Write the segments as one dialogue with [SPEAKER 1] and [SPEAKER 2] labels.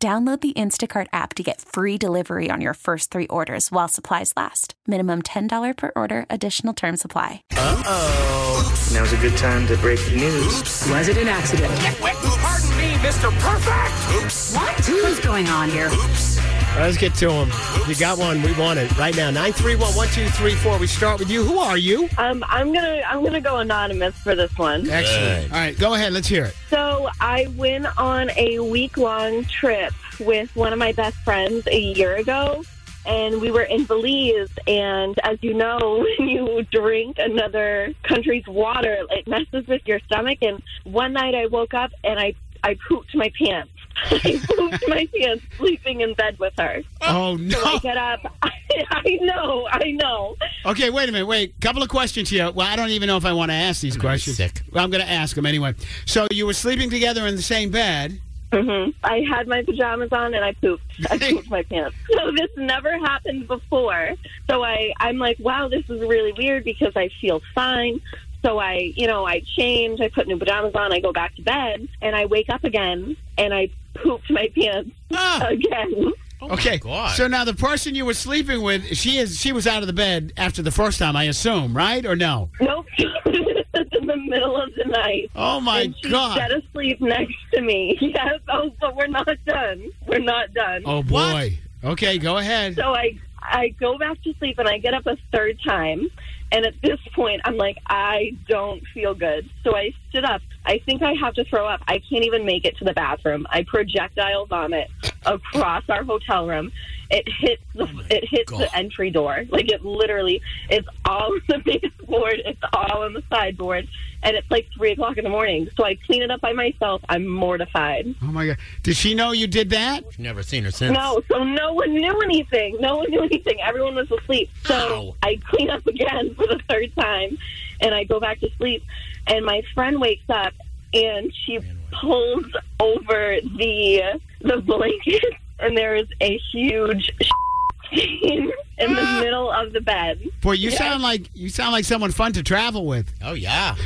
[SPEAKER 1] Download the Instacart app to get free delivery on your first three orders while supplies last. Minimum $10 per order, additional term supply.
[SPEAKER 2] Now's a good time to break the news.
[SPEAKER 3] Was it an accident?
[SPEAKER 4] Pardon me, Mr. Perfect.
[SPEAKER 3] What? Who's going on here?
[SPEAKER 5] All right, let's get to them. You got one. We want it right now. 931 1234. We start with you. Who are you?
[SPEAKER 6] Um, I'm gonna I'm gonna go anonymous for this one.
[SPEAKER 5] Excellent. All right, go ahead. Let's hear it.
[SPEAKER 6] So I went on a week long trip with one of my best friends a year ago, and we were in Belize. And as you know, when you drink another country's water, it messes with your stomach. And one night I woke up and I I pooped my pants. I pooped my pants sleeping in bed with her.
[SPEAKER 5] Oh,
[SPEAKER 6] I
[SPEAKER 5] no.
[SPEAKER 6] get up. I, I know. I know.
[SPEAKER 5] Okay, wait a minute. Wait. Couple of questions here. Well, I don't even know if I want to ask these questions.
[SPEAKER 7] sick.
[SPEAKER 5] Well, I'm going to ask them anyway. So you were sleeping together in the same bed.
[SPEAKER 6] hmm I had my pajamas on and I pooped. I pooped my pants. So this never happened before. So I, I'm like, wow, this is really weird because I feel fine. So I, you know, I change, I put new pajamas on, I go back to bed, and I wake up again and I pooped my pants
[SPEAKER 5] Ah.
[SPEAKER 6] again.
[SPEAKER 5] okay.
[SPEAKER 7] Oh, God.
[SPEAKER 5] So now the person you were sleeping with, she is she was out of the bed after the first time, I assume, right? Or no?
[SPEAKER 6] Nope. in the middle of the night.
[SPEAKER 5] Oh my
[SPEAKER 6] and she's
[SPEAKER 5] god.
[SPEAKER 6] dead asleep next to me. Yes. Oh, but we're not done. We're not done.
[SPEAKER 5] Oh boy. Okay, go ahead.
[SPEAKER 6] So I I go back to sleep and I get up a third time. And at this point, I'm like, I don't feel good. So I stood up. I think I have to throw up. I can't even make it to the bathroom. I projectile vomit across our hotel room. It hits the it hits the entry door. Like it literally, it's all on the baseboard. It's all on the sideboard. And it's like three o'clock in the morning. So I clean it up by myself. I'm mortified.
[SPEAKER 5] Oh my god. Did she know you did that?
[SPEAKER 7] Never seen her since.
[SPEAKER 6] No, so no one knew anything. No one knew anything. Everyone was asleep. So
[SPEAKER 7] Ow.
[SPEAKER 6] I clean up again for the third time and I go back to sleep. And my friend wakes up and she pulls over the the blanket and there is a huge stain in the middle of the bed.
[SPEAKER 5] Boy, you sound like you sound like someone fun to travel with.
[SPEAKER 7] Oh, yeah.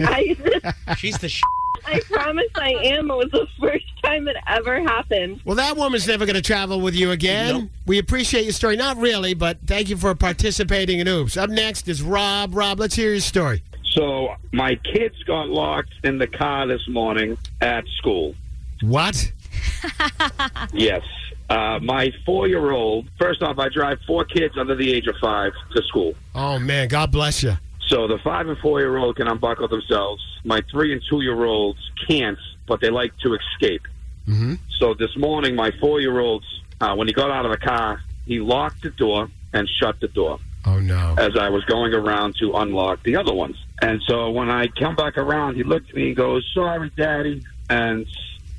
[SPEAKER 6] I
[SPEAKER 7] She's the sh-
[SPEAKER 6] I promise I am. It was the first time it ever happened.
[SPEAKER 5] Well, that woman's never going to travel with you again.
[SPEAKER 7] Nope.
[SPEAKER 5] We appreciate your story. Not really, but thank you for participating in Oops. Up next is Rob. Rob, let's hear your story.
[SPEAKER 8] So my kids got locked in the car this morning at school.
[SPEAKER 5] What?
[SPEAKER 8] Yes. Uh, my four year old, first off, I drive four kids under the age of five to school.
[SPEAKER 5] Oh, man. God bless you.
[SPEAKER 8] So the five and four year old can unbuckle themselves. My three and two year olds can't, but they like to escape.
[SPEAKER 5] Mm-hmm.
[SPEAKER 8] So this morning, my four year old, uh, when he got out of the car, he locked the door and shut the door.
[SPEAKER 5] Oh, no.
[SPEAKER 8] as I was going around to unlock the other ones. And so when I come back around, he looked at me and goes, "Sorry, Daddy," and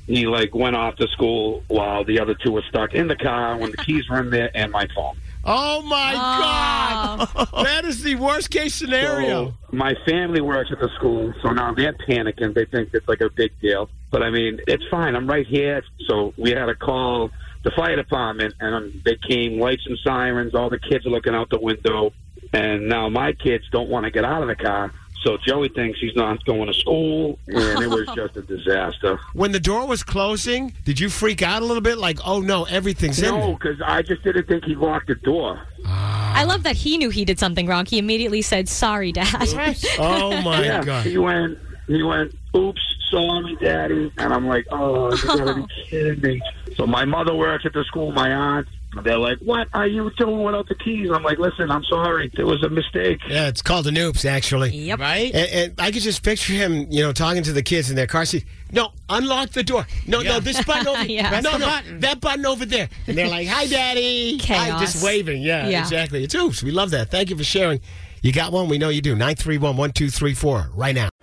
[SPEAKER 8] he like went off to school while the other two were stuck in the car when the keys were in there and my phone.
[SPEAKER 5] Oh, my
[SPEAKER 8] Oh.
[SPEAKER 5] God. That is the worst case scenario.
[SPEAKER 8] So my family works at the school, so now they're panicking. They think it's like a big deal, but I mean, it's fine. I'm right here, so we had to call the fire department, and um, they came, lights and sirens. All the kids are looking out the window, and now my kids don't want to get out of the car. So Joey thinks he's not going to school, and it was just a disaster.
[SPEAKER 5] When the door was closing, did you freak out a little bit? Like, oh, no, everything's in
[SPEAKER 8] No,
[SPEAKER 5] there.
[SPEAKER 8] because I just didn't think he locked the door.
[SPEAKER 9] I love that he knew he did something wrong. He immediately said, "Sorry, Dad."
[SPEAKER 5] Oh, my
[SPEAKER 8] yeah,
[SPEAKER 5] God.
[SPEAKER 8] he went. He went. Oops, sorry, daddy. And I'm like, oh, you gotta be kidding me. So my mother works at the school. My aunt. They're like, what are you doing without the keys? I'm like, listen, I'm sorry. It was a mistake.
[SPEAKER 5] Yeah, it's called an Oops, actually.
[SPEAKER 9] Yep.
[SPEAKER 7] Right?
[SPEAKER 5] And, and I could just picture him, you know, talking to the kids in their car seat. No, unlock the door. No, no, this button over
[SPEAKER 9] Yeah.
[SPEAKER 5] yeah.
[SPEAKER 9] Press
[SPEAKER 5] No,
[SPEAKER 9] the
[SPEAKER 5] no, that button over there. And they're like, hi, daddy. Hi,
[SPEAKER 9] Chaos.
[SPEAKER 5] just waving. Yeah,
[SPEAKER 9] Yeah.
[SPEAKER 5] exactly. It's oops. We love that. Thank you for sharing. You got one? We know you do. 931 1234 right now.